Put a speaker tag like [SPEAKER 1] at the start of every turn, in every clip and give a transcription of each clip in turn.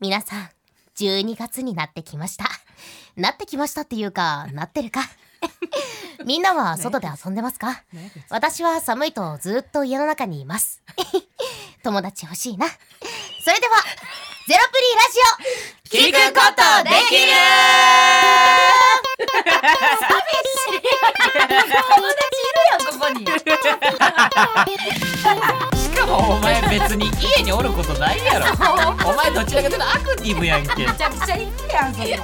[SPEAKER 1] 皆さん12月になってきましたなってきましたっていうかなってるかみんなは外で遊んでますか私は寒いとずっと家の中にいます 友達欲しいなそれではゼロプリーラジオ
[SPEAKER 2] 聞くことできる
[SPEAKER 3] 友達いるよここに
[SPEAKER 2] しかもお前別に家におることない やろお前どちらかというとアクティブや んけ
[SPEAKER 3] めちゃくちゃいいやんそれ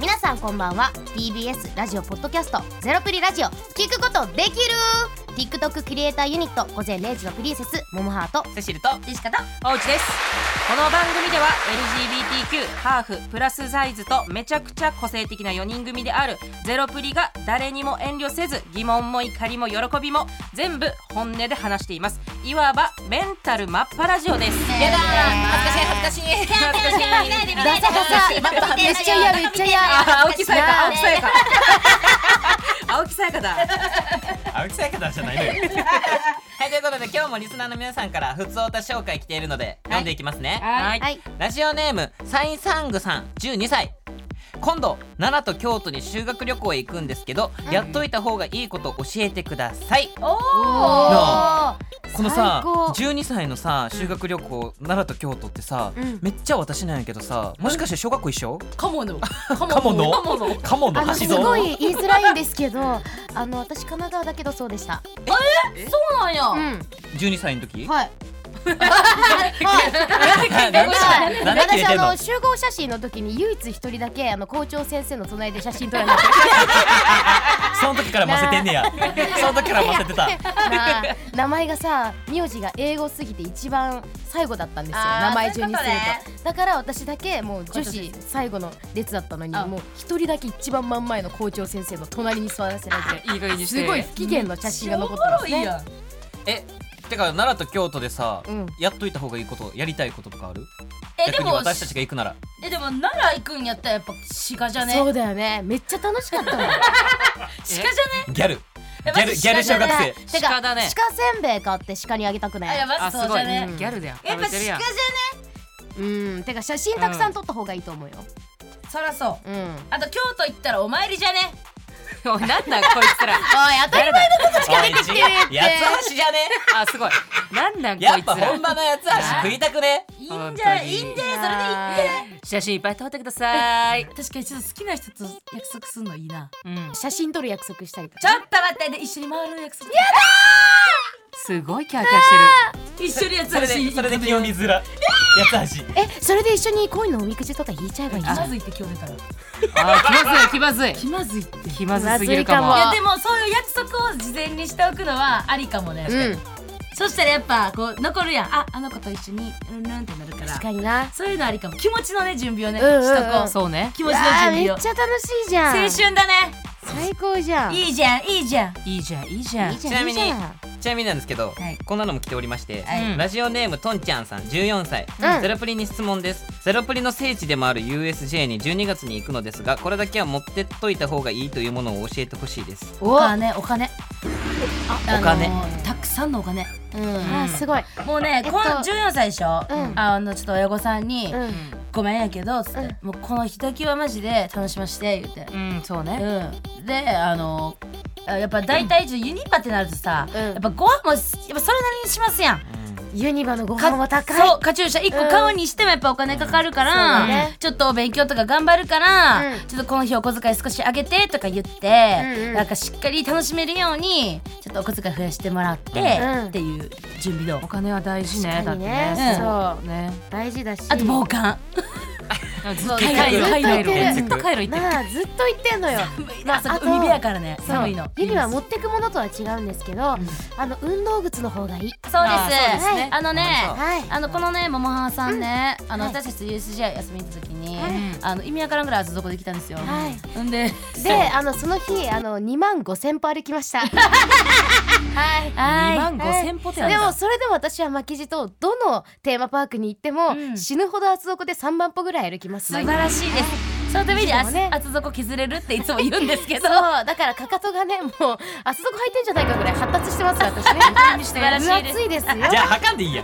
[SPEAKER 1] 皆さんこんばんは TBS ラジオポッドキャスト「ゼロプリラジオ」聞くことできる TikTok クリエイターユニット「午前0時のプリンセス」モモハート
[SPEAKER 2] セシルと
[SPEAKER 3] ジェシカと
[SPEAKER 4] おうちですこの番組では LGBTQ ハーフプラスサイズとめちゃくちゃ個性的な4人組であるゼロプリが誰にも遠慮せず疑問も怒りも喜びも全部本音で話していますいわばメンタルマッパラジオです
[SPEAKER 3] やだ恥ずかしい恥ずかしい
[SPEAKER 4] 恥ずかしい
[SPEAKER 1] ダサダサめっちゃ嫌めっちゃ嫌
[SPEAKER 4] あ青木さやか青木さやか 青木さやかだ
[SPEAKER 2] 青木さやかだじゃ ないのよはいということで今日もリスナーの皆さんから普通おた紹介来ているので、読んでいきますね
[SPEAKER 4] はい
[SPEAKER 1] はい
[SPEAKER 2] ラジオネームサインサングさん12歳今度奈良と京都に修学旅行へ行くんですけど、やっといた方がいいこと教えてください
[SPEAKER 3] お
[SPEAKER 2] な
[SPEAKER 3] お
[SPEAKER 2] この
[SPEAKER 1] 最
[SPEAKER 2] さ
[SPEAKER 1] 高
[SPEAKER 2] 12歳のさ修学旅行、奈良と京都ってさ、
[SPEAKER 1] うん
[SPEAKER 2] めっちゃ私なんやけどさもしかして小学校一緒
[SPEAKER 3] カモの
[SPEAKER 2] カ
[SPEAKER 3] カ
[SPEAKER 2] モの
[SPEAKER 3] カモの
[SPEAKER 2] カモ
[SPEAKER 1] あ
[SPEAKER 2] の
[SPEAKER 1] の
[SPEAKER 2] 橋
[SPEAKER 1] す
[SPEAKER 2] ぞ
[SPEAKER 1] ごい言いづらいんですけど あの私神奈川だけどそうでした
[SPEAKER 3] そうなんや、
[SPEAKER 1] う
[SPEAKER 3] うん、
[SPEAKER 1] ん
[SPEAKER 2] 12歳の時
[SPEAKER 1] はい
[SPEAKER 2] な んでなんで
[SPEAKER 1] 私
[SPEAKER 2] 切れて
[SPEAKER 1] あ
[SPEAKER 2] んの
[SPEAKER 1] の集合写真の時に唯一一人だけあの校長先生の隣で写真撮らなきゃ
[SPEAKER 2] その時から混ぜてんねやその時から混ぜてた
[SPEAKER 1] なあ名前がさ名字が英語すぎて一番最後だったんですよ
[SPEAKER 3] あー
[SPEAKER 1] 名前順にする
[SPEAKER 3] そういうこと
[SPEAKER 1] だから私だけもう女子最後の列だったのに
[SPEAKER 3] あ
[SPEAKER 1] もう一人だけ一番真ん前の校長先生の隣に座らせられて
[SPEAKER 4] いい加減にして
[SPEAKER 1] すごい不機嫌の写真が残ってます
[SPEAKER 3] いい
[SPEAKER 1] ね
[SPEAKER 3] やん
[SPEAKER 2] えてか奈良と京都でさ、
[SPEAKER 1] うん
[SPEAKER 2] やっといた方がいいことやりたいこととかある
[SPEAKER 3] えで
[SPEAKER 2] 逆に
[SPEAKER 3] も
[SPEAKER 2] 私たちが行くなら
[SPEAKER 3] えでも奈良行くんやったらやっぱシカじゃね
[SPEAKER 1] そうだよねめっちゃ楽しか ったもん
[SPEAKER 3] シカじゃね
[SPEAKER 2] ギャルギ
[SPEAKER 3] えまず
[SPEAKER 2] ャルギャル小
[SPEAKER 3] 鹿
[SPEAKER 2] 学
[SPEAKER 3] だ
[SPEAKER 2] 生
[SPEAKER 1] てか
[SPEAKER 4] 鹿だね
[SPEAKER 1] 鹿せんべい買って鹿にあげたく
[SPEAKER 3] あ
[SPEAKER 1] ないい
[SPEAKER 3] やま
[SPEAKER 4] あ
[SPEAKER 3] ず
[SPEAKER 4] す
[SPEAKER 3] そ
[SPEAKER 4] ご
[SPEAKER 3] うじ
[SPEAKER 4] い
[SPEAKER 3] ゃね
[SPEAKER 1] うん
[SPEAKER 4] ギャルだよ
[SPEAKER 3] やっぱ
[SPEAKER 4] 食べて
[SPEAKER 3] シ
[SPEAKER 4] るやん
[SPEAKER 3] カじゃね
[SPEAKER 1] うんてか写真たくさん撮った方がいいと思うよ
[SPEAKER 3] そらそう
[SPEAKER 1] うんおい
[SPEAKER 3] あと京都行ったらお参りじゃね
[SPEAKER 4] おいなんだこいつら
[SPEAKER 1] 当たり前のことしか出てきてるっ
[SPEAKER 2] おい
[SPEAKER 1] て
[SPEAKER 2] やつ橋じゃね
[SPEAKER 4] あすごいなんなんこい
[SPEAKER 2] やっ
[SPEAKER 4] つ
[SPEAKER 2] ぱ
[SPEAKER 4] ら
[SPEAKER 2] 本場のやつ橋食いたくね
[SPEAKER 3] いいんじゃないいいんじゃないそれで行って
[SPEAKER 4] 写真いっぱい撮ってくだ さい。
[SPEAKER 3] 確かにちょっと好きな人と約束するのいいな
[SPEAKER 4] うん、
[SPEAKER 1] 写真撮る約束したりと
[SPEAKER 3] ちょ
[SPEAKER 1] か
[SPEAKER 3] っと待ってで一緒に回る約束
[SPEAKER 4] すごいキャーキャーして
[SPEAKER 3] 一緒にやつ
[SPEAKER 2] それでそれで清水らやつ橋
[SPEAKER 1] えそれで一緒に恋のおみくじとか引いちゃえばいい
[SPEAKER 3] 気
[SPEAKER 1] じゃん
[SPEAKER 3] まずいって今日出たら
[SPEAKER 4] る。 あー、気まずい、気まず
[SPEAKER 3] 気まずいってい
[SPEAKER 4] い。気まずすぎるか
[SPEAKER 1] 気まずいか
[SPEAKER 4] も。
[SPEAKER 3] やでもそういう約束を事前にしておくのはありかもね、
[SPEAKER 1] うん
[SPEAKER 3] そしたらやっぱこう残るやんああの子と一緒にうんうんってなるから
[SPEAKER 1] 確かにな
[SPEAKER 3] そういうのありかも気持ちのね準備をね、
[SPEAKER 1] うんうんうん
[SPEAKER 3] しとこう
[SPEAKER 4] そうね。
[SPEAKER 3] 気
[SPEAKER 1] う
[SPEAKER 3] 持ち
[SPEAKER 1] わ
[SPEAKER 3] の
[SPEAKER 1] ー
[SPEAKER 3] 準
[SPEAKER 1] めっ
[SPEAKER 3] 備を
[SPEAKER 1] ちゃ楽しいじゃん
[SPEAKER 3] 青春だね
[SPEAKER 1] 最高じゃんい
[SPEAKER 3] いいじゃんいいじゃん
[SPEAKER 4] いいじゃん、いいじゃん。
[SPEAKER 1] いじ
[SPEAKER 2] ち
[SPEAKER 1] ゃ
[SPEAKER 2] なん
[SPEAKER 1] い
[SPEAKER 2] み
[SPEAKER 1] い
[SPEAKER 2] に
[SPEAKER 1] じゃ
[SPEAKER 2] ちなみになんですけど、
[SPEAKER 3] はい
[SPEAKER 2] こんなのも来ておりまして、
[SPEAKER 3] はい
[SPEAKER 2] ラジオネームとんちゃんさん14歳、
[SPEAKER 1] うん
[SPEAKER 2] ゼロプリに質問ですゼロプリの聖地でもある USJ に12月に行くのですがこれだけは持ってっといた方がいいというものを教えてほしいです
[SPEAKER 3] お金お金あ
[SPEAKER 2] お金
[SPEAKER 3] のーたくさんのお金
[SPEAKER 1] んうんあーすごい
[SPEAKER 3] もうね、
[SPEAKER 1] えっと
[SPEAKER 3] こん14歳でしょ、
[SPEAKER 1] うん
[SPEAKER 3] あのちょっと親御さんに、
[SPEAKER 1] うん
[SPEAKER 3] ごめんやけど」つって、
[SPEAKER 1] うん
[SPEAKER 3] もうこの日だけはマジで楽しまして」言って、
[SPEAKER 4] うん、そうね。
[SPEAKER 3] うん、であのあやっぱ大体ちょっとユニバってなるとさ、
[SPEAKER 1] うん
[SPEAKER 3] やっぱご飯もやっぱそれなりにしますやん。
[SPEAKER 1] ユニバのご
[SPEAKER 3] か
[SPEAKER 1] 飯は高い
[SPEAKER 3] そうカチューシャ1個買うにしてもやっぱお金かかるから、
[SPEAKER 1] うんそうだね
[SPEAKER 3] ちょっとお勉強とか頑張るから、
[SPEAKER 1] うん
[SPEAKER 3] ちょっとこの日お小遣い少し上げてとか言って、
[SPEAKER 1] うんうん
[SPEAKER 3] なんかしっかり楽しめるようにちょっとお小遣い増やしてもらって、
[SPEAKER 1] うん
[SPEAKER 3] っていう準備どう
[SPEAKER 4] お金は大事ね。
[SPEAKER 1] 確
[SPEAKER 4] だ
[SPEAKER 1] か
[SPEAKER 4] って
[SPEAKER 1] に
[SPEAKER 4] ね
[SPEAKER 1] ね。
[SPEAKER 4] そうね。
[SPEAKER 1] 大事だし
[SPEAKER 3] あと防寒
[SPEAKER 4] ずっと
[SPEAKER 3] 海
[SPEAKER 4] 回路、
[SPEAKER 3] 外ずっと
[SPEAKER 4] 回
[SPEAKER 3] 行って
[SPEAKER 1] る
[SPEAKER 4] 路、ずっと回路行ってる。
[SPEAKER 1] なあずっと言ってんのよまあ
[SPEAKER 3] あそこ
[SPEAKER 1] あと
[SPEAKER 3] 海辺やからね
[SPEAKER 1] そう
[SPEAKER 3] 寒いの
[SPEAKER 1] ユニバ持ってくものとは違うんですけどあの運動靴の方がいい
[SPEAKER 3] そうです
[SPEAKER 4] あそうですね
[SPEAKER 3] あのね
[SPEAKER 1] はい
[SPEAKER 3] あのこのね桃浜さんね、あの
[SPEAKER 1] はい
[SPEAKER 3] 私たちと USJ 遊びに行った時に、
[SPEAKER 1] はい
[SPEAKER 3] あの意味わからんぐらい厚底できたんですよ、
[SPEAKER 1] はい
[SPEAKER 3] んで
[SPEAKER 1] であのその日あの2万5千歩歩きましたはい
[SPEAKER 3] は
[SPEAKER 4] 二
[SPEAKER 3] い
[SPEAKER 4] 万五千歩ってなん
[SPEAKER 1] でも
[SPEAKER 4] だ。
[SPEAKER 1] それでも私は巻き地とどのテーマパークに行っても、
[SPEAKER 3] うん
[SPEAKER 1] 死ぬほど厚底で3万歩ぐらい歩きます
[SPEAKER 3] 素晴らしいです、そのために
[SPEAKER 1] いつ
[SPEAKER 3] 厚,、
[SPEAKER 1] もね
[SPEAKER 3] 厚底削れるっていつも言うんです けど
[SPEAKER 1] そうだからかかとがねもう厚底履いてんじゃないかぐらい発達してます私ね
[SPEAKER 3] 素晴らし
[SPEAKER 1] 分
[SPEAKER 3] いです
[SPEAKER 1] 厚いですよ
[SPEAKER 2] じゃあ、はかんでいいや。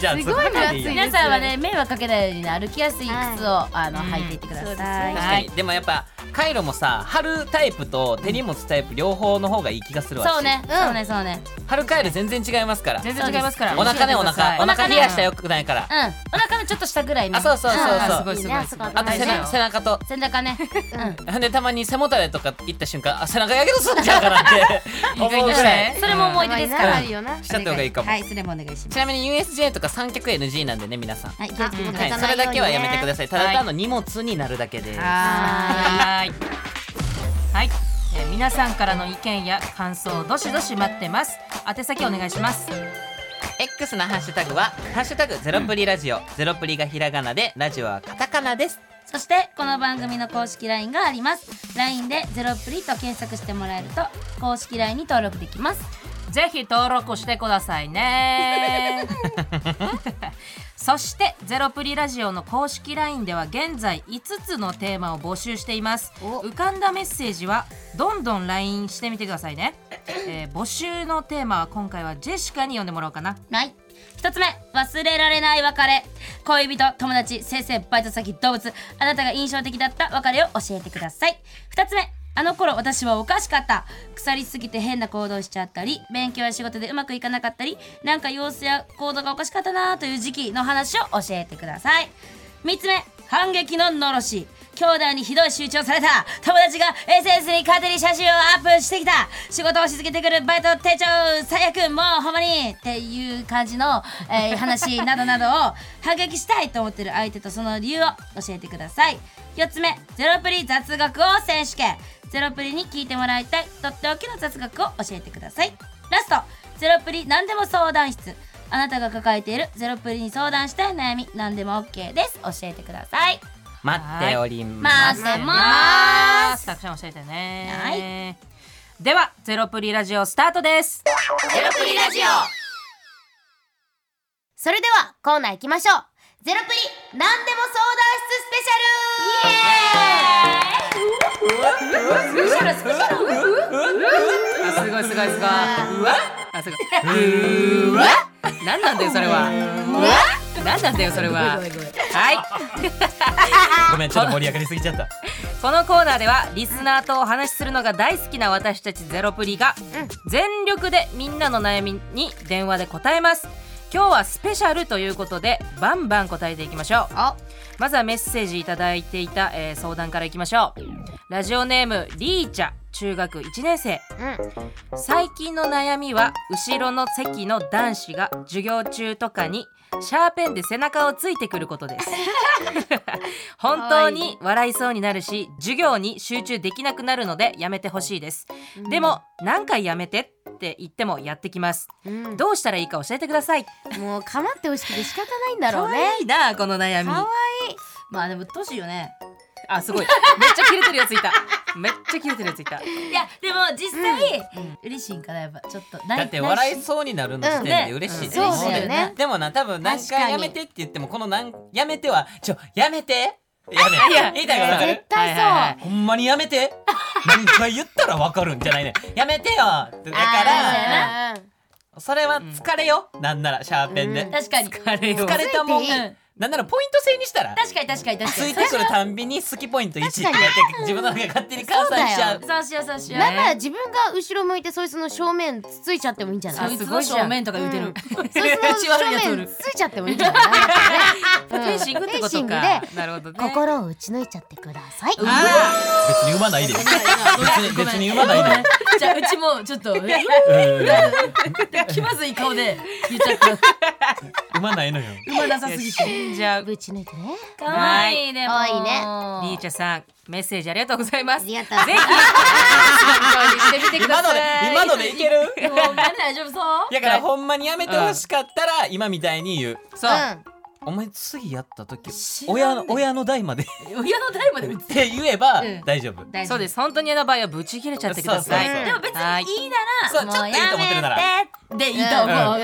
[SPEAKER 2] じゃあ、
[SPEAKER 1] す
[SPEAKER 2] そ
[SPEAKER 1] ごい
[SPEAKER 2] こはかんで
[SPEAKER 1] 分
[SPEAKER 2] いい
[SPEAKER 1] 厚
[SPEAKER 2] や
[SPEAKER 1] い
[SPEAKER 3] 皆さんはね迷惑かけないようにね歩きやすい靴を、あの履いていってくだ
[SPEAKER 1] そうです
[SPEAKER 3] さい、
[SPEAKER 1] ね
[SPEAKER 2] 確かにでもやっぱカイロもさ貼るタイプと手荷物タイプ両方の方がいい気がするわ
[SPEAKER 3] そうね、
[SPEAKER 1] うん
[SPEAKER 3] そうねそうね
[SPEAKER 2] 貼るカイロ全然違いますから
[SPEAKER 4] 全然違いますから
[SPEAKER 2] お腹ねお腹お
[SPEAKER 3] お
[SPEAKER 2] 腹
[SPEAKER 3] 腹ね
[SPEAKER 2] 冷やしたらよくないから
[SPEAKER 3] うんお腹のちょっと下ぐらいね
[SPEAKER 2] あそうそうそうそう
[SPEAKER 4] あーすごいすごい
[SPEAKER 1] ね
[SPEAKER 4] す
[SPEAKER 1] す
[SPEAKER 4] ご
[SPEAKER 1] ご
[SPEAKER 4] い
[SPEAKER 1] い
[SPEAKER 2] あと背
[SPEAKER 3] 大
[SPEAKER 2] 中
[SPEAKER 3] 事
[SPEAKER 2] 背中と
[SPEAKER 3] 背中ねうん
[SPEAKER 2] ほんでたまに背もたれとか行った瞬間あ背中やけどすんじゃうかなって思うぐらい
[SPEAKER 3] それも思
[SPEAKER 1] 思
[SPEAKER 3] い
[SPEAKER 1] い出
[SPEAKER 3] 出で
[SPEAKER 1] ですす
[SPEAKER 3] か
[SPEAKER 1] かららよな
[SPEAKER 2] しちゃった方がいいかも、
[SPEAKER 3] はいそれもお願いしま
[SPEAKER 2] ち
[SPEAKER 3] す
[SPEAKER 2] なみに USJ とか三脚 NG なんでね皆さん、
[SPEAKER 3] はい気をつけてくだ
[SPEAKER 2] は
[SPEAKER 3] さい、
[SPEAKER 2] い、それだけはやめてくださいただ
[SPEAKER 4] はい
[SPEAKER 2] 単の荷物になるだけです
[SPEAKER 3] は
[SPEAKER 4] はい。はい。えー皆さんからの意見や感想をどしどし待ってます。宛先お願いします。
[SPEAKER 2] X のハッシュタグは「ハッシュタグゼロプリラジオ」ゼロプリがひらがなでラジオはカタカナです
[SPEAKER 3] ーいそしてこの番組の公式 LINE があります LINE で「ゼロプリ」と検索してもらえると公式 LINE に登録できます
[SPEAKER 4] ぜひ登録してください ね。そして「ゼロプリラジオ」の公式 LINE では現在5つのテーマを募集しています
[SPEAKER 1] お
[SPEAKER 4] 浮かんだメッセージはどんどん LINE してみてくださいね、えー募集のテーマは今回はジェシカに読んでもらおうかな
[SPEAKER 3] はい一つ目忘れられない別れ恋人友達先生バイト先動物あなたが印象的だった別れを教えてください二つ目あの頃私はおかしかった腐りすぎて変な行動しちゃったり勉強や仕事でうまくいかなかったりなんか様子や行動がおかしかったなという時期の話を教えてください3つ目反撃ののろし兄弟にひどい集中をされた友達が SS に勝手に写真をアップしてきた仕事をし続けてくるバイト店長最悪もうほんまにっていう感じの、えー話などなどを反撃したいと思ってる相手とその理由を教えてください4つ目ゼロプリ雑学を選手権ゼロプリに聞いてもらいたいとっておきの雑学を教えてくださいラストゼロプリ何でも相談室あなたが抱えているゼロプリに相談したい悩み何でも OK です教えてください
[SPEAKER 2] 待っておりま
[SPEAKER 3] ますすま
[SPEAKER 4] たくさん教えて
[SPEAKER 3] は
[SPEAKER 4] ねでは「ゼロプリラジオ」スタートです
[SPEAKER 1] ゼロプリラジオそれではコーナー行きましょうゼロプリ何でも相談室スペシャル
[SPEAKER 4] あすごいすごいすごいうわあすごいうわ何なんだよそれは何なんだよそれははい
[SPEAKER 2] ごめんちょっと盛り上がりすぎちゃった
[SPEAKER 4] このコーナーではリスナーとお話しするのが大好きな私たちゼロプリが全力でみんなの悩みに電話で答えます今日はスペシャルということでバンバン答えていきましょうまずはメッセージいただいていた、えー相談からいきましょうラジオネームリーチャ中学1年生最近の悩みは後ろの席の男子が授業中とかにシャーペンで背中をついてくることです本当に笑いそうになるし授業に集中できなくなるのでやめてほしいですでも何回やめてって言ってもやってきます
[SPEAKER 1] うん、うん
[SPEAKER 4] どうしたらいいか教えてください
[SPEAKER 1] もう構ってほしくて仕方ないんだ
[SPEAKER 4] 可
[SPEAKER 1] ろう
[SPEAKER 4] 愛
[SPEAKER 1] ね
[SPEAKER 4] いなこの悩み
[SPEAKER 1] 可愛い
[SPEAKER 3] まあでも年よね
[SPEAKER 4] あすごいめっちゃ切れてるやついためっちゃ切れてるやついた
[SPEAKER 3] いやでも実際、嬉しいんかなやっぱちょっと
[SPEAKER 2] だって笑いそうになるの時点で嬉しいって
[SPEAKER 1] うんね
[SPEAKER 2] 思
[SPEAKER 1] そうだよね
[SPEAKER 2] でもな多分何
[SPEAKER 1] 確か
[SPEAKER 2] 回
[SPEAKER 1] に
[SPEAKER 2] やめてって言ってもこのなんやめてはちょやめてやめ
[SPEAKER 4] や
[SPEAKER 2] 言いたいことある
[SPEAKER 1] 絶対そう、
[SPEAKER 4] はいはいは
[SPEAKER 2] ほんまにやめて何回言ったらわかるんじゃないねやめてよだから
[SPEAKER 1] あー
[SPEAKER 2] それは疲れよなんならシャーペンで
[SPEAKER 1] うん
[SPEAKER 3] 確かに
[SPEAKER 4] 疲れよ
[SPEAKER 2] 疲れたもん
[SPEAKER 1] ついていい
[SPEAKER 2] なんならポイント制にしたら
[SPEAKER 3] 確かに確かに確
[SPEAKER 2] つ
[SPEAKER 3] かに
[SPEAKER 2] いてくるたんびに好きポイント1ってやって
[SPEAKER 1] 確
[SPEAKER 2] 自分の中で勝手に換算しちゃう
[SPEAKER 3] そうしようそうしよう、
[SPEAKER 1] なんなら自分が後ろ向いてそいつの正面つついちゃってもいいんじゃな
[SPEAKER 3] そ
[SPEAKER 1] い
[SPEAKER 3] いつ
[SPEAKER 4] すご
[SPEAKER 3] の
[SPEAKER 4] いじゃん
[SPEAKER 3] 正面とか言うてる、
[SPEAKER 1] うんそいつの
[SPEAKER 4] 口悪いやつお
[SPEAKER 1] 正
[SPEAKER 4] る
[SPEAKER 1] 面ついちゃってもいいんじゃない、
[SPEAKER 4] フェンシングってこ
[SPEAKER 1] フェンシ
[SPEAKER 4] と
[SPEAKER 1] ング
[SPEAKER 4] か
[SPEAKER 1] で
[SPEAKER 4] なるほどね
[SPEAKER 1] 心を打ち抜いちゃってください
[SPEAKER 4] あ
[SPEAKER 2] 別に産まないで別に別に産まないで
[SPEAKER 3] じゃあうちもちょっとえ気まずい顔で言っちゃった
[SPEAKER 2] 産まないのよ
[SPEAKER 3] 生まな
[SPEAKER 4] ら
[SPEAKER 3] さすぎ て
[SPEAKER 4] 死んじゃう
[SPEAKER 1] ぶち抜いてね
[SPEAKER 3] かわいいでも
[SPEAKER 1] 可愛いね
[SPEAKER 4] リーチャさんメッセージありがとうございま
[SPEAKER 1] あ
[SPEAKER 4] す
[SPEAKER 1] りがと
[SPEAKER 4] ぜ
[SPEAKER 1] う
[SPEAKER 4] ひ参考にしてみてく
[SPEAKER 2] 今
[SPEAKER 4] だ
[SPEAKER 2] の
[SPEAKER 4] さ
[SPEAKER 2] で
[SPEAKER 4] い
[SPEAKER 2] 今のでいける
[SPEAKER 3] もうみんな大丈夫そう
[SPEAKER 2] だからほんまにやめてほしかったら今みたいに言う
[SPEAKER 4] そう、
[SPEAKER 2] お前次やった時
[SPEAKER 4] 知らんね
[SPEAKER 2] 親の親の代まで っ
[SPEAKER 3] 親の代まで別に
[SPEAKER 2] て言えば
[SPEAKER 3] うん
[SPEAKER 2] 大丈夫
[SPEAKER 3] 大丈
[SPEAKER 4] そう
[SPEAKER 3] 夫
[SPEAKER 4] です本当に嫌な場合はブチ切れちゃってください
[SPEAKER 2] そうそうそう
[SPEAKER 3] でも別
[SPEAKER 4] はい
[SPEAKER 3] にいいなら
[SPEAKER 2] そう
[SPEAKER 3] も
[SPEAKER 2] ちょっといいと思ってるなら
[SPEAKER 3] やめてでいいと思う、
[SPEAKER 2] うん
[SPEAKER 1] はい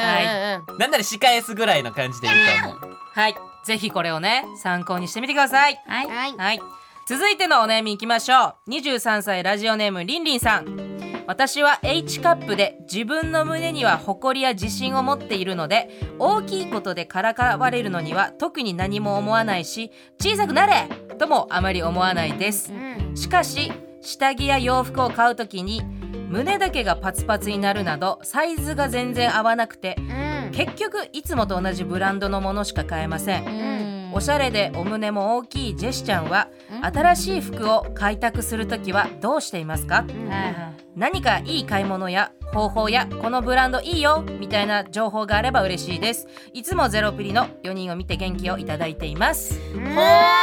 [SPEAKER 2] なんなら仕返すぐらいの感じでいいと思う
[SPEAKER 4] はいぜひこれをね参考にしてみてください
[SPEAKER 3] はい
[SPEAKER 1] はい
[SPEAKER 4] はい続いてのお悩みいきましょう23歳ラジオネームりんりんさん私は H カップで自分の胸には誇りや自信を持っているので大きいことでからかわれるのには特に何も思わないし小さくなれともあまり思わないです
[SPEAKER 1] うん
[SPEAKER 4] しかし下着や洋服を買うときに胸だけがパツパツになるなどサイズが全然合わなくて
[SPEAKER 1] うん
[SPEAKER 4] 結局いつもと同じブランドのものしか買えません
[SPEAKER 3] うん
[SPEAKER 4] おしゃれでお胸も大きいジェシちゃんは新しい服を開拓するときはどうしていますか
[SPEAKER 1] うん
[SPEAKER 3] はいはい
[SPEAKER 4] 何かいい買い物や方法やこのブランドいいよみたいな情報があれば嬉しいですいつもゼロプリの4人を見て元気をいただいています
[SPEAKER 1] うん
[SPEAKER 3] ほ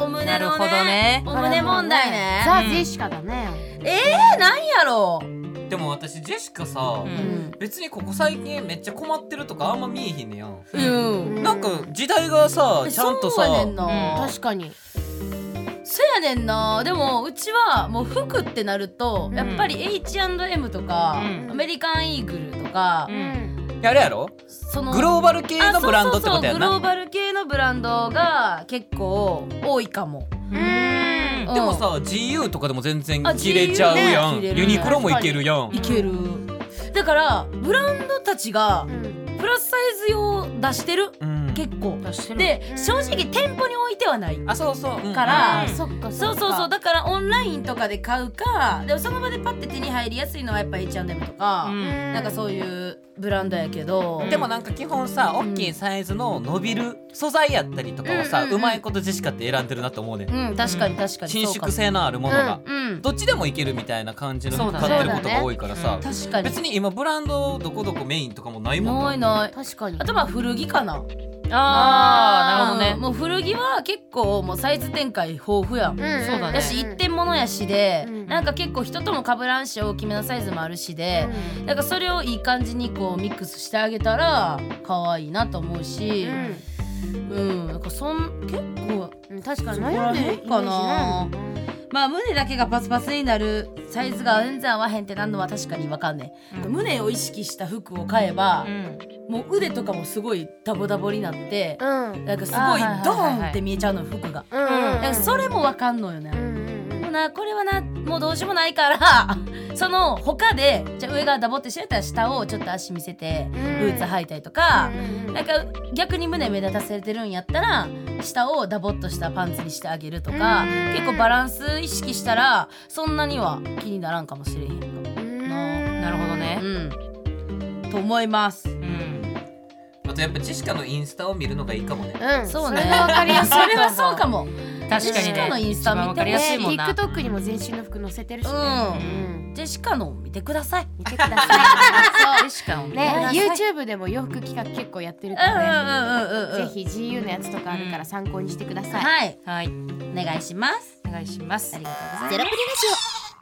[SPEAKER 3] ーお胸のね
[SPEAKER 4] なるほどね
[SPEAKER 3] お胸問題ね
[SPEAKER 1] ザ・
[SPEAKER 4] う
[SPEAKER 1] ジ
[SPEAKER 4] ん
[SPEAKER 1] ェシカだね
[SPEAKER 3] えなんやろう
[SPEAKER 2] でも私ジェシカさ、
[SPEAKER 4] うん
[SPEAKER 2] 別にここ最近めっちゃ困ってるとかあんま見えへんねやん
[SPEAKER 3] うん
[SPEAKER 2] なんか時代がさ
[SPEAKER 3] え
[SPEAKER 2] ちゃんと
[SPEAKER 3] そうや
[SPEAKER 2] さ
[SPEAKER 3] ねん
[SPEAKER 4] うん
[SPEAKER 3] な
[SPEAKER 1] 確かに
[SPEAKER 3] そうやねんなでもうちはもう服ってなると
[SPEAKER 1] うん
[SPEAKER 3] やっぱり H&M とか
[SPEAKER 4] うん
[SPEAKER 3] アメリカンイーグルとか
[SPEAKER 4] う
[SPEAKER 1] うんん
[SPEAKER 2] やるやろ
[SPEAKER 3] その
[SPEAKER 2] グローバル系のブランドってことやん
[SPEAKER 3] あそうそうそうグロ
[SPEAKER 2] な
[SPEAKER 3] ーバル系のブランドが結構多いかも
[SPEAKER 1] うん
[SPEAKER 3] うん
[SPEAKER 2] でもさ GU とかでも全然
[SPEAKER 3] あ
[SPEAKER 2] 着れちゃうやん、
[SPEAKER 3] GU ね着れるね
[SPEAKER 2] ユニクロもいけるやん
[SPEAKER 3] いけるだからブランドたちが
[SPEAKER 1] うん
[SPEAKER 3] プラスサイズ用出してる
[SPEAKER 2] うん
[SPEAKER 3] 結構
[SPEAKER 4] 出してる
[SPEAKER 3] で正直店舗に置いてはない
[SPEAKER 2] あそうそう、うん
[SPEAKER 3] から
[SPEAKER 1] あ
[SPEAKER 2] うん
[SPEAKER 1] そっか
[SPEAKER 3] そうそうそうだからオンラインとかで買うかでもその場でパッて手に入りやすいのはやっぱ H&M とか、
[SPEAKER 4] う
[SPEAKER 3] なんか
[SPEAKER 1] う
[SPEAKER 3] そういうブランドやけど、
[SPEAKER 2] でもなんか基本さ
[SPEAKER 3] うん
[SPEAKER 2] 大きいサイズの伸びる素材やったりとかをさ、う
[SPEAKER 3] う
[SPEAKER 2] ん
[SPEAKER 3] うんうん
[SPEAKER 2] まいことジェシカって選んでるなと思うねん、
[SPEAKER 3] うん確かに確かに
[SPEAKER 2] 伸
[SPEAKER 3] そう
[SPEAKER 2] 縮
[SPEAKER 3] かも
[SPEAKER 2] 性のあるものが、
[SPEAKER 3] うん
[SPEAKER 2] どっちでもいけるみたいな感じの
[SPEAKER 4] そうだね
[SPEAKER 2] 買ってることが多いからさ、
[SPEAKER 3] 確かに
[SPEAKER 2] 別に今ブランドどこどこメインとかもないもんな
[SPEAKER 3] ないない
[SPEAKER 1] 確かに
[SPEAKER 3] あとまあ古着かな
[SPEAKER 4] あーなるほどね
[SPEAKER 3] もう古着は結構もうサイズ展開豊富やん、
[SPEAKER 1] うん
[SPEAKER 4] そうだね
[SPEAKER 3] だし一点物やしで、
[SPEAKER 1] うん
[SPEAKER 3] なんか結構人とも被らんし大きめのサイズもあるしで、なんかそれをいい感じにこうミックスしてあげたら可愛いなと思うし、うん、なんかそん結構
[SPEAKER 1] うん確かに
[SPEAKER 3] そこ
[SPEAKER 1] 悩
[SPEAKER 3] ら
[SPEAKER 1] んでるイメージ
[SPEAKER 3] 辺かないまあ胸だけがパツパツになるサイズが全然合わへんってなんのは確かにわかんねえ、
[SPEAKER 4] うん
[SPEAKER 3] 胸を意識した服を買えば
[SPEAKER 4] う、ん
[SPEAKER 3] もう腕とかもすごいダボダボになって、
[SPEAKER 1] うんうん
[SPEAKER 3] なんかすご
[SPEAKER 4] あーはいいはいはいはい
[SPEAKER 3] ドーンって見えちゃうの服が、
[SPEAKER 1] うん
[SPEAKER 3] なんかそれもわかんのよね、
[SPEAKER 1] うんうんうん
[SPEAKER 3] もうなこれはなもうどうしようもないからその他でじゃあ上がダボってしてたら下をちょっと足見せて
[SPEAKER 1] う
[SPEAKER 3] ブ
[SPEAKER 1] ん
[SPEAKER 3] ーツ履いたりとか
[SPEAKER 1] う、んうん
[SPEAKER 3] なんか逆に胸目立たせてるんやったら下をダボっとしたパンツにしてあげるとか
[SPEAKER 1] うん
[SPEAKER 3] 結構バランス意識したらそんなには気にならんかもしれへんかも
[SPEAKER 1] うん
[SPEAKER 4] なるほどね
[SPEAKER 3] うんと思います
[SPEAKER 4] うん
[SPEAKER 2] あとやっぱジェシカのインスタを見るのがいいかもね
[SPEAKER 1] うん
[SPEAKER 3] そう
[SPEAKER 1] そ
[SPEAKER 3] ね
[SPEAKER 1] れはわかりやすい
[SPEAKER 3] それはそうかも
[SPEAKER 4] 確かに
[SPEAKER 3] ジェシカの
[SPEAKER 4] ね
[SPEAKER 3] インスタ
[SPEAKER 4] 一番わかり
[SPEAKER 3] 見
[SPEAKER 4] や
[SPEAKER 3] て
[SPEAKER 4] す
[SPEAKER 3] ね
[SPEAKER 4] いもんな
[SPEAKER 1] TikTok にも全身の服載せてるしね
[SPEAKER 3] う
[SPEAKER 1] うん
[SPEAKER 3] ジェシカの見てください
[SPEAKER 1] 見てくださ
[SPEAKER 4] ジェシカを
[SPEAKER 1] い
[SPEAKER 4] ね
[SPEAKER 1] ね
[SPEAKER 3] はい
[SPEAKER 1] YouTube でも洋服企画結構やってる
[SPEAKER 3] う
[SPEAKER 1] からね
[SPEAKER 3] んうんうんうんうん
[SPEAKER 1] ぜひ GU のやつとかあるから参考にしてください
[SPEAKER 3] はい
[SPEAKER 4] はい
[SPEAKER 3] お願いします
[SPEAKER 4] お願いします
[SPEAKER 3] ありがとうございます
[SPEAKER 1] ゼロプリラジ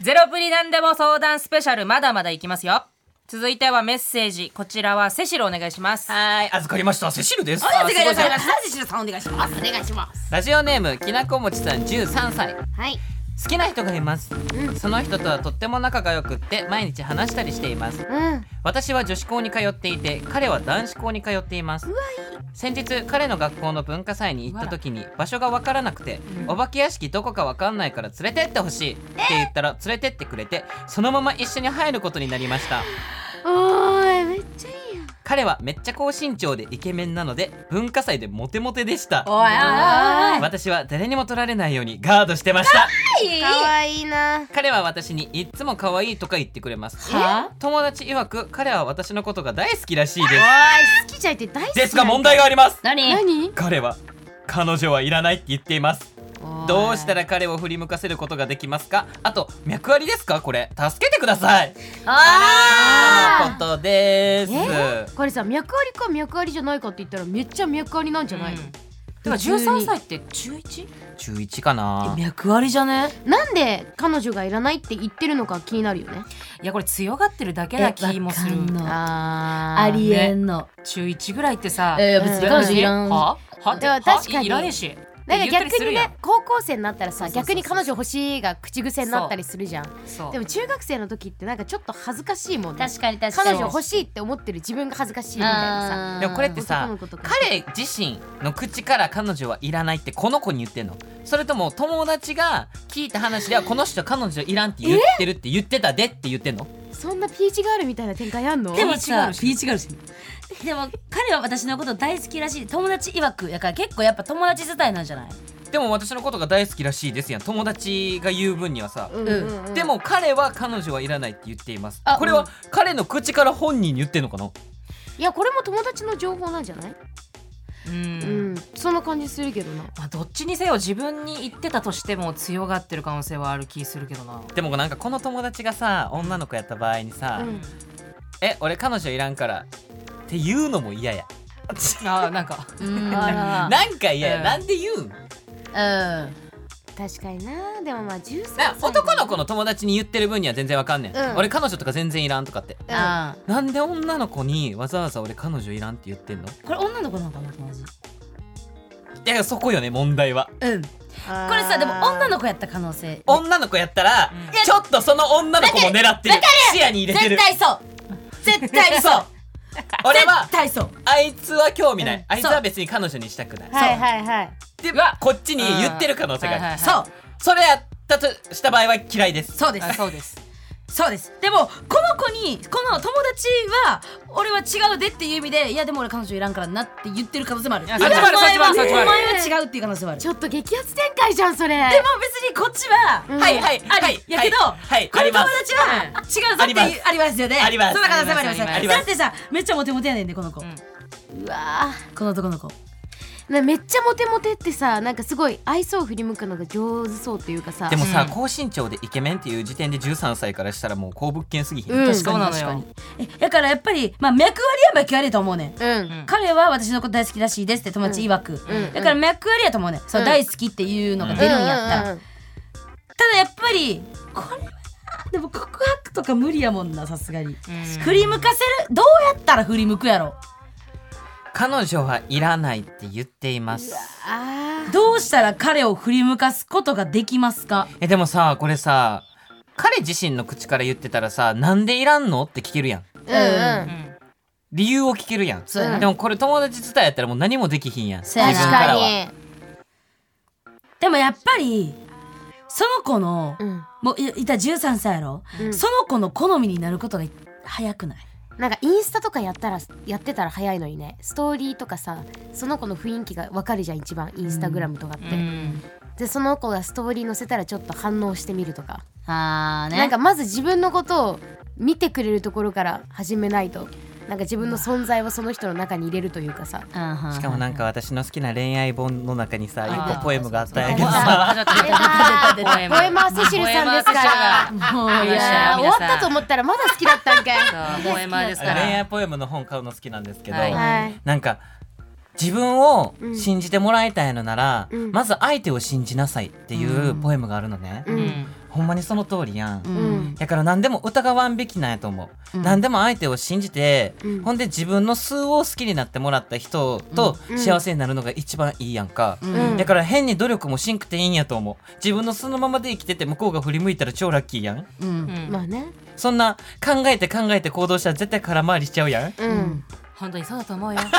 [SPEAKER 4] ゼロプリなんでも相談スペシャルまだまだいきますよ続いてはメッセージこちらはセシルお願いします
[SPEAKER 2] はーい預かりましたセシルです
[SPEAKER 3] お願い
[SPEAKER 2] あす
[SPEAKER 3] し
[SPEAKER 2] ごい
[SPEAKER 3] ますなぜしろさんお願いします
[SPEAKER 1] オお願いします
[SPEAKER 2] ラジオネームきなこもちさん13歳
[SPEAKER 1] はい
[SPEAKER 2] 好きな人がいます、
[SPEAKER 1] ん
[SPEAKER 2] その人とはとっても仲が良くって毎日話したりしています
[SPEAKER 1] うん
[SPEAKER 2] 私は女子校に通っていて彼は男子校に通っています先日彼の学校の文化祭に行った時に場所が分からなくて、お化け屋敷どこか分かんないから連れてってほしいって言ったら連れてってくれてそのまま一緒に入ることになりました
[SPEAKER 1] おーいめっちゃいいやん
[SPEAKER 2] 彼はめっちゃ高身長でイケメンなので文化祭でモテモテでした
[SPEAKER 3] おいおいおいおい
[SPEAKER 2] 私は誰にも取られないようにガードしてました
[SPEAKER 1] かわいいな
[SPEAKER 2] 彼は私にいっつも可愛いとか言ってくれます
[SPEAKER 3] は
[SPEAKER 2] 友達曰く彼は私のことが大好きらしい
[SPEAKER 1] お
[SPEAKER 2] で
[SPEAKER 1] い好きじゃいって大好き
[SPEAKER 2] すですが問題があります
[SPEAKER 3] 何
[SPEAKER 1] 何
[SPEAKER 2] 彼は彼女はいらないって言っていますどうしたら彼を振り向かせることができますかあと脈ありですかこれ助けてください
[SPEAKER 1] あ
[SPEAKER 2] とのことです
[SPEAKER 1] えこれさ脈ありか脈ありじゃないかって言ったらめっちゃ脈ありなんじゃないの、
[SPEAKER 4] てか十三歳って中一？
[SPEAKER 2] 中1かな
[SPEAKER 3] 脈ありじゃね
[SPEAKER 1] なんで彼女がいらないって言ってるのか気になるよね
[SPEAKER 4] いやこれ強がってるだけな気もする
[SPEAKER 3] え。わかんの
[SPEAKER 1] あ
[SPEAKER 3] ありえんの
[SPEAKER 4] 中一ぐらいってさ、
[SPEAKER 3] え
[SPEAKER 1] 別に
[SPEAKER 4] なん
[SPEAKER 1] 彼
[SPEAKER 4] か
[SPEAKER 1] 女
[SPEAKER 4] ねは？は？
[SPEAKER 1] でも確かに
[SPEAKER 4] はいらねえし。て
[SPEAKER 1] なん
[SPEAKER 4] 言
[SPEAKER 1] か
[SPEAKER 4] ったり
[SPEAKER 1] 逆
[SPEAKER 4] する
[SPEAKER 1] に
[SPEAKER 4] やん
[SPEAKER 1] ね高校生になったら
[SPEAKER 4] そう
[SPEAKER 1] さ
[SPEAKER 4] そうそう
[SPEAKER 1] 逆
[SPEAKER 4] そう
[SPEAKER 1] に彼女欲しいが口癖になったりするじゃん
[SPEAKER 4] そう
[SPEAKER 1] でも中学生の時ってなんかちょっと恥ずかしいもんね
[SPEAKER 3] 確かに確かに
[SPEAKER 1] 彼女欲しいって思ってる自分が恥ずかしいみたいな
[SPEAKER 3] あー
[SPEAKER 2] でもこれって
[SPEAKER 1] 男
[SPEAKER 2] さ
[SPEAKER 1] の子とか
[SPEAKER 2] 彼自身の口から彼女はいらないってこの子に言ってんのそれとも友達が聞いた話ではこの人彼女いらんって言ってるって言ってたでって言ってんの
[SPEAKER 1] さそんなピーチガールみたいな展開やんの
[SPEAKER 3] でもさ
[SPEAKER 4] ピーチガールし
[SPEAKER 3] でも彼は私のこと大好きらしい友達曰くやから結構やっぱ友達伝いなんじゃない
[SPEAKER 2] でも私のことが大好きらしいですやん友達が言う分にはさ、
[SPEAKER 1] うんうんうん
[SPEAKER 2] でも彼は彼女はいらないって言っています
[SPEAKER 3] あ
[SPEAKER 2] これは彼の口から本人に言ってんのかない
[SPEAKER 1] やこれも友達の情報なんじゃない
[SPEAKER 4] うん
[SPEAKER 1] うんそんな感じするけどな
[SPEAKER 4] まあ、どっちにせよ自分に言ってたとしても強がってる可能性はある気するけどな
[SPEAKER 2] でもなんかこの友達がさ女の子やった場合にさ「
[SPEAKER 1] うん
[SPEAKER 2] え俺彼女いらんから」って言うのも嫌や
[SPEAKER 4] あーなんか
[SPEAKER 3] うん
[SPEAKER 1] あ
[SPEAKER 2] なんか嫌や、
[SPEAKER 4] うん
[SPEAKER 2] なんで言うん
[SPEAKER 3] うん
[SPEAKER 1] 確かになでもまあ13歳
[SPEAKER 2] な男の子の友達に言ってる分には全然わかんねん、
[SPEAKER 1] うん
[SPEAKER 2] 俺彼女とか全然いらんとかって
[SPEAKER 1] あ
[SPEAKER 3] あ
[SPEAKER 2] なんで女の子にわざわざ俺彼女いらんって言ってんのい
[SPEAKER 3] これ女の子なのかなマジ
[SPEAKER 2] やそこよね問題は
[SPEAKER 3] うんこ
[SPEAKER 1] こ
[SPEAKER 3] れさでも女の子やった可能性
[SPEAKER 2] 女の子やったら、
[SPEAKER 4] うん
[SPEAKER 2] ちょっとその女の子も狙ってる視野に入れて
[SPEAKER 3] 絶
[SPEAKER 2] る
[SPEAKER 3] 対そう絶対 にそう
[SPEAKER 2] 俺は
[SPEAKER 3] 絶対そう
[SPEAKER 2] あいつは興味ない、
[SPEAKER 3] うん
[SPEAKER 2] あいつは別に彼女にしたくない、
[SPEAKER 1] はいはいはい
[SPEAKER 2] でこっちに言ってる可能性がある、
[SPEAKER 4] うんはいはい
[SPEAKER 3] そう
[SPEAKER 2] それやったとした場合は嫌いです
[SPEAKER 3] そうです
[SPEAKER 4] あそうです
[SPEAKER 3] そうですでもこの子にこの友達は俺は違うでっていう意味でいやでも俺彼女いらんからなって言ってる可能性もある
[SPEAKER 4] いや
[SPEAKER 3] で
[SPEAKER 4] そっちもあるそっちもあるそっち
[SPEAKER 3] お
[SPEAKER 4] もあ
[SPEAKER 3] 前
[SPEAKER 4] る
[SPEAKER 3] は違うっていう可能性もある
[SPEAKER 1] ちょっと激アツ展開じゃんそれ
[SPEAKER 3] でも別にこっちは、
[SPEAKER 1] うん
[SPEAKER 2] はいはいはい
[SPEAKER 3] あ
[SPEAKER 2] は
[SPEAKER 3] り
[SPEAKER 2] い
[SPEAKER 3] やけど、
[SPEAKER 2] はいあ
[SPEAKER 3] この
[SPEAKER 2] り
[SPEAKER 3] 友
[SPEAKER 2] ます
[SPEAKER 3] 達は違うぞっていうありますよね
[SPEAKER 2] あります
[SPEAKER 3] そんな可能性もあります
[SPEAKER 2] あります
[SPEAKER 3] だってさめっちゃモテモテやねんでこの子、
[SPEAKER 4] うん
[SPEAKER 1] うわ
[SPEAKER 3] この男の子
[SPEAKER 1] ーなめっちゃモテモテってさなんかすごい愛想を振り向くのが上手そうっていうかさ
[SPEAKER 2] でもさ、
[SPEAKER 4] うん
[SPEAKER 2] 高身長でイケメンっていう時点で13歳からしたらもう高物件すぎひん、
[SPEAKER 1] うん
[SPEAKER 4] そうなの
[SPEAKER 1] 確か
[SPEAKER 4] よ
[SPEAKER 1] に
[SPEAKER 3] えだからやっぱりまあ脈割りは脈割りやと思うねん
[SPEAKER 1] うん
[SPEAKER 3] 彼は私のこと大好きらしいですって友達曰く、
[SPEAKER 1] うん
[SPEAKER 3] だから脈割りやと思うねん、そう
[SPEAKER 1] うん
[SPEAKER 3] 大好きっていうのが出るんやったら、
[SPEAKER 1] うんうん
[SPEAKER 3] ただやっぱりこれはなでも告白とか無理やもんなさすがに、
[SPEAKER 4] うん
[SPEAKER 3] 振り向かせるどうやったら振り向くやろ
[SPEAKER 2] 彼女はいらないって言っています
[SPEAKER 1] あ
[SPEAKER 3] どうしたら彼を振り向かすことができますか
[SPEAKER 2] えでもさこれさ彼自身の口から言ってたらさなんでいらんのって聞けるやん
[SPEAKER 1] ーうんうん
[SPEAKER 4] うん
[SPEAKER 2] 理由を聞けるやん
[SPEAKER 3] そうやな
[SPEAKER 2] でもこれ友達伝えやったらもう何もできひんやん
[SPEAKER 3] そうやな
[SPEAKER 2] 自
[SPEAKER 1] 確
[SPEAKER 2] 分
[SPEAKER 1] か
[SPEAKER 2] か
[SPEAKER 1] ら
[SPEAKER 2] は
[SPEAKER 1] に
[SPEAKER 3] でもやっぱりその子の、
[SPEAKER 1] うん
[SPEAKER 3] もういいた13歳やろ、
[SPEAKER 1] うん
[SPEAKER 3] その子の好みになることが早くない
[SPEAKER 1] なんかインスタとかやったらやってたら早いのにねストーリーとかさその子の雰囲気がわかるじゃん一番インスタグラムとかって、
[SPEAKER 4] うん
[SPEAKER 1] でその子がストーリー載せたらちょっと反応してみるとか、
[SPEAKER 3] あー
[SPEAKER 1] なんかまず自分のことを見てくれるところから始めないとなんか自分の存在をその人の中に入れるというかさ
[SPEAKER 2] しかもなんか私の好きな恋愛本の中にさ
[SPEAKER 4] あー
[SPEAKER 2] 一個ポエムがあったんやけどさ
[SPEAKER 4] あちょっと出た出た出た出た
[SPEAKER 1] ポエマーセシルさんですから
[SPEAKER 4] もう
[SPEAKER 1] いやー終わったと思ったらまだ好きだったんかい
[SPEAKER 4] ポエマーです
[SPEAKER 2] 恋
[SPEAKER 4] から
[SPEAKER 2] 愛ポエムの本買うの好きなんですけど、
[SPEAKER 4] はい
[SPEAKER 1] はい
[SPEAKER 2] なんか自分を信じてもらいたいのなら、
[SPEAKER 1] うん
[SPEAKER 2] まず相手を信じなさいっていうポエムがあるのね、
[SPEAKER 1] う
[SPEAKER 4] うんん
[SPEAKER 2] ほんまにその通りやん、
[SPEAKER 3] うん
[SPEAKER 1] うん
[SPEAKER 2] だから何でも疑わんべきなんやと思う、何でも相手を信じて、
[SPEAKER 1] うん
[SPEAKER 2] ほんで自分の数を好きになってもらった人と
[SPEAKER 1] うん
[SPEAKER 2] 幸せになるのが一番いいやんか、
[SPEAKER 1] うん
[SPEAKER 2] だから変に努力もしんくていいんやと思う自分のそのままで生きてて向こうが振り向いたら超ラッキーやん
[SPEAKER 3] うんうん
[SPEAKER 4] うん
[SPEAKER 1] まあね
[SPEAKER 2] そんな考えて考えて行動したら絶対空回りしちゃうやん
[SPEAKER 1] うん、
[SPEAKER 4] 本当にそうだと思うよ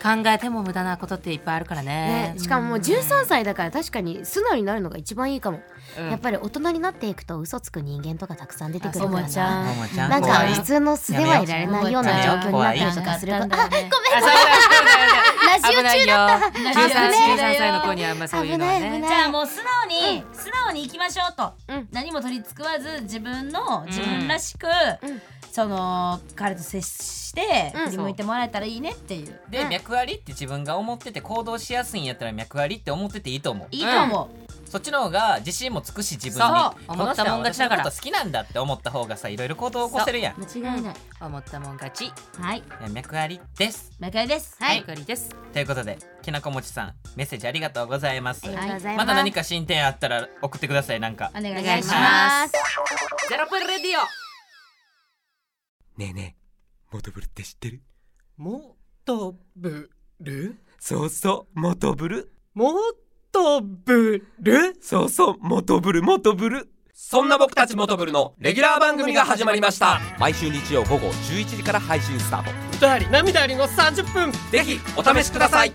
[SPEAKER 4] 考えても無駄なことっていっぱいあるからね
[SPEAKER 1] ね、しかももう13歳だから確かに素直になるのが一番いいかも、
[SPEAKER 4] うん
[SPEAKER 1] やっぱり大人になっていくと嘘つく人間とかたくさん出てくる
[SPEAKER 3] あ
[SPEAKER 1] から
[SPEAKER 3] そうなん
[SPEAKER 1] さ
[SPEAKER 3] だ
[SPEAKER 2] ももちゃん
[SPEAKER 1] なんか
[SPEAKER 2] 怖い
[SPEAKER 1] 普通の素ではいられないような状況になったりとかするから、あごめん
[SPEAKER 4] あそうそうそうそう
[SPEAKER 1] ラジオ中だった
[SPEAKER 4] 危ないよ
[SPEAKER 1] 危ない
[SPEAKER 4] 13歳の子にはあんまそういうのは
[SPEAKER 1] 危ない危
[SPEAKER 4] ね
[SPEAKER 1] ない
[SPEAKER 3] じゃあもう素直に、素直に行きましょうと、
[SPEAKER 1] うん
[SPEAKER 3] 何も取り繕わず自分の自分らし
[SPEAKER 1] う
[SPEAKER 3] く、
[SPEAKER 1] ん
[SPEAKER 3] その彼と接して
[SPEAKER 1] うん
[SPEAKER 3] 振り向いてもらえたらいいねっていう、
[SPEAKER 2] で脈ありって自分が思ってて行動しやすいんやったら脈ありって思ってていいと思う
[SPEAKER 3] いいと思う、
[SPEAKER 2] そっちの方が自信もつくし自
[SPEAKER 4] そ
[SPEAKER 2] 分
[SPEAKER 4] う
[SPEAKER 2] に
[SPEAKER 4] 思ったもん勝ちだから
[SPEAKER 2] この人は私のこと好きなんだって思った方がさいろいろ行動を起こせるやん
[SPEAKER 3] 間違いない、
[SPEAKER 4] 思ったもん勝ち
[SPEAKER 3] はい
[SPEAKER 2] 脈ありです
[SPEAKER 3] 毎回です
[SPEAKER 4] はいかりです
[SPEAKER 2] ということできなこもちさんメッセージありがとうございます
[SPEAKER 1] ありがとうございます
[SPEAKER 2] また何か進展あったら送ってくださいなんか
[SPEAKER 3] お願い
[SPEAKER 4] お
[SPEAKER 3] しま
[SPEAKER 4] 願い
[SPEAKER 3] す
[SPEAKER 4] し
[SPEAKER 1] ます
[SPEAKER 4] ゼロプルレディオ
[SPEAKER 5] ねえねえモトブルって知ってる
[SPEAKER 6] モトブル
[SPEAKER 5] そうそう元ブル
[SPEAKER 6] もっとぶる
[SPEAKER 5] そうそう元ブル元ブル
[SPEAKER 7] そんな僕たち元ブルのレギュラー番組が始まりました
[SPEAKER 5] 毎週日曜午後11時から配信スタート
[SPEAKER 6] 歌あり涙ありの30分
[SPEAKER 7] ぜひお試しください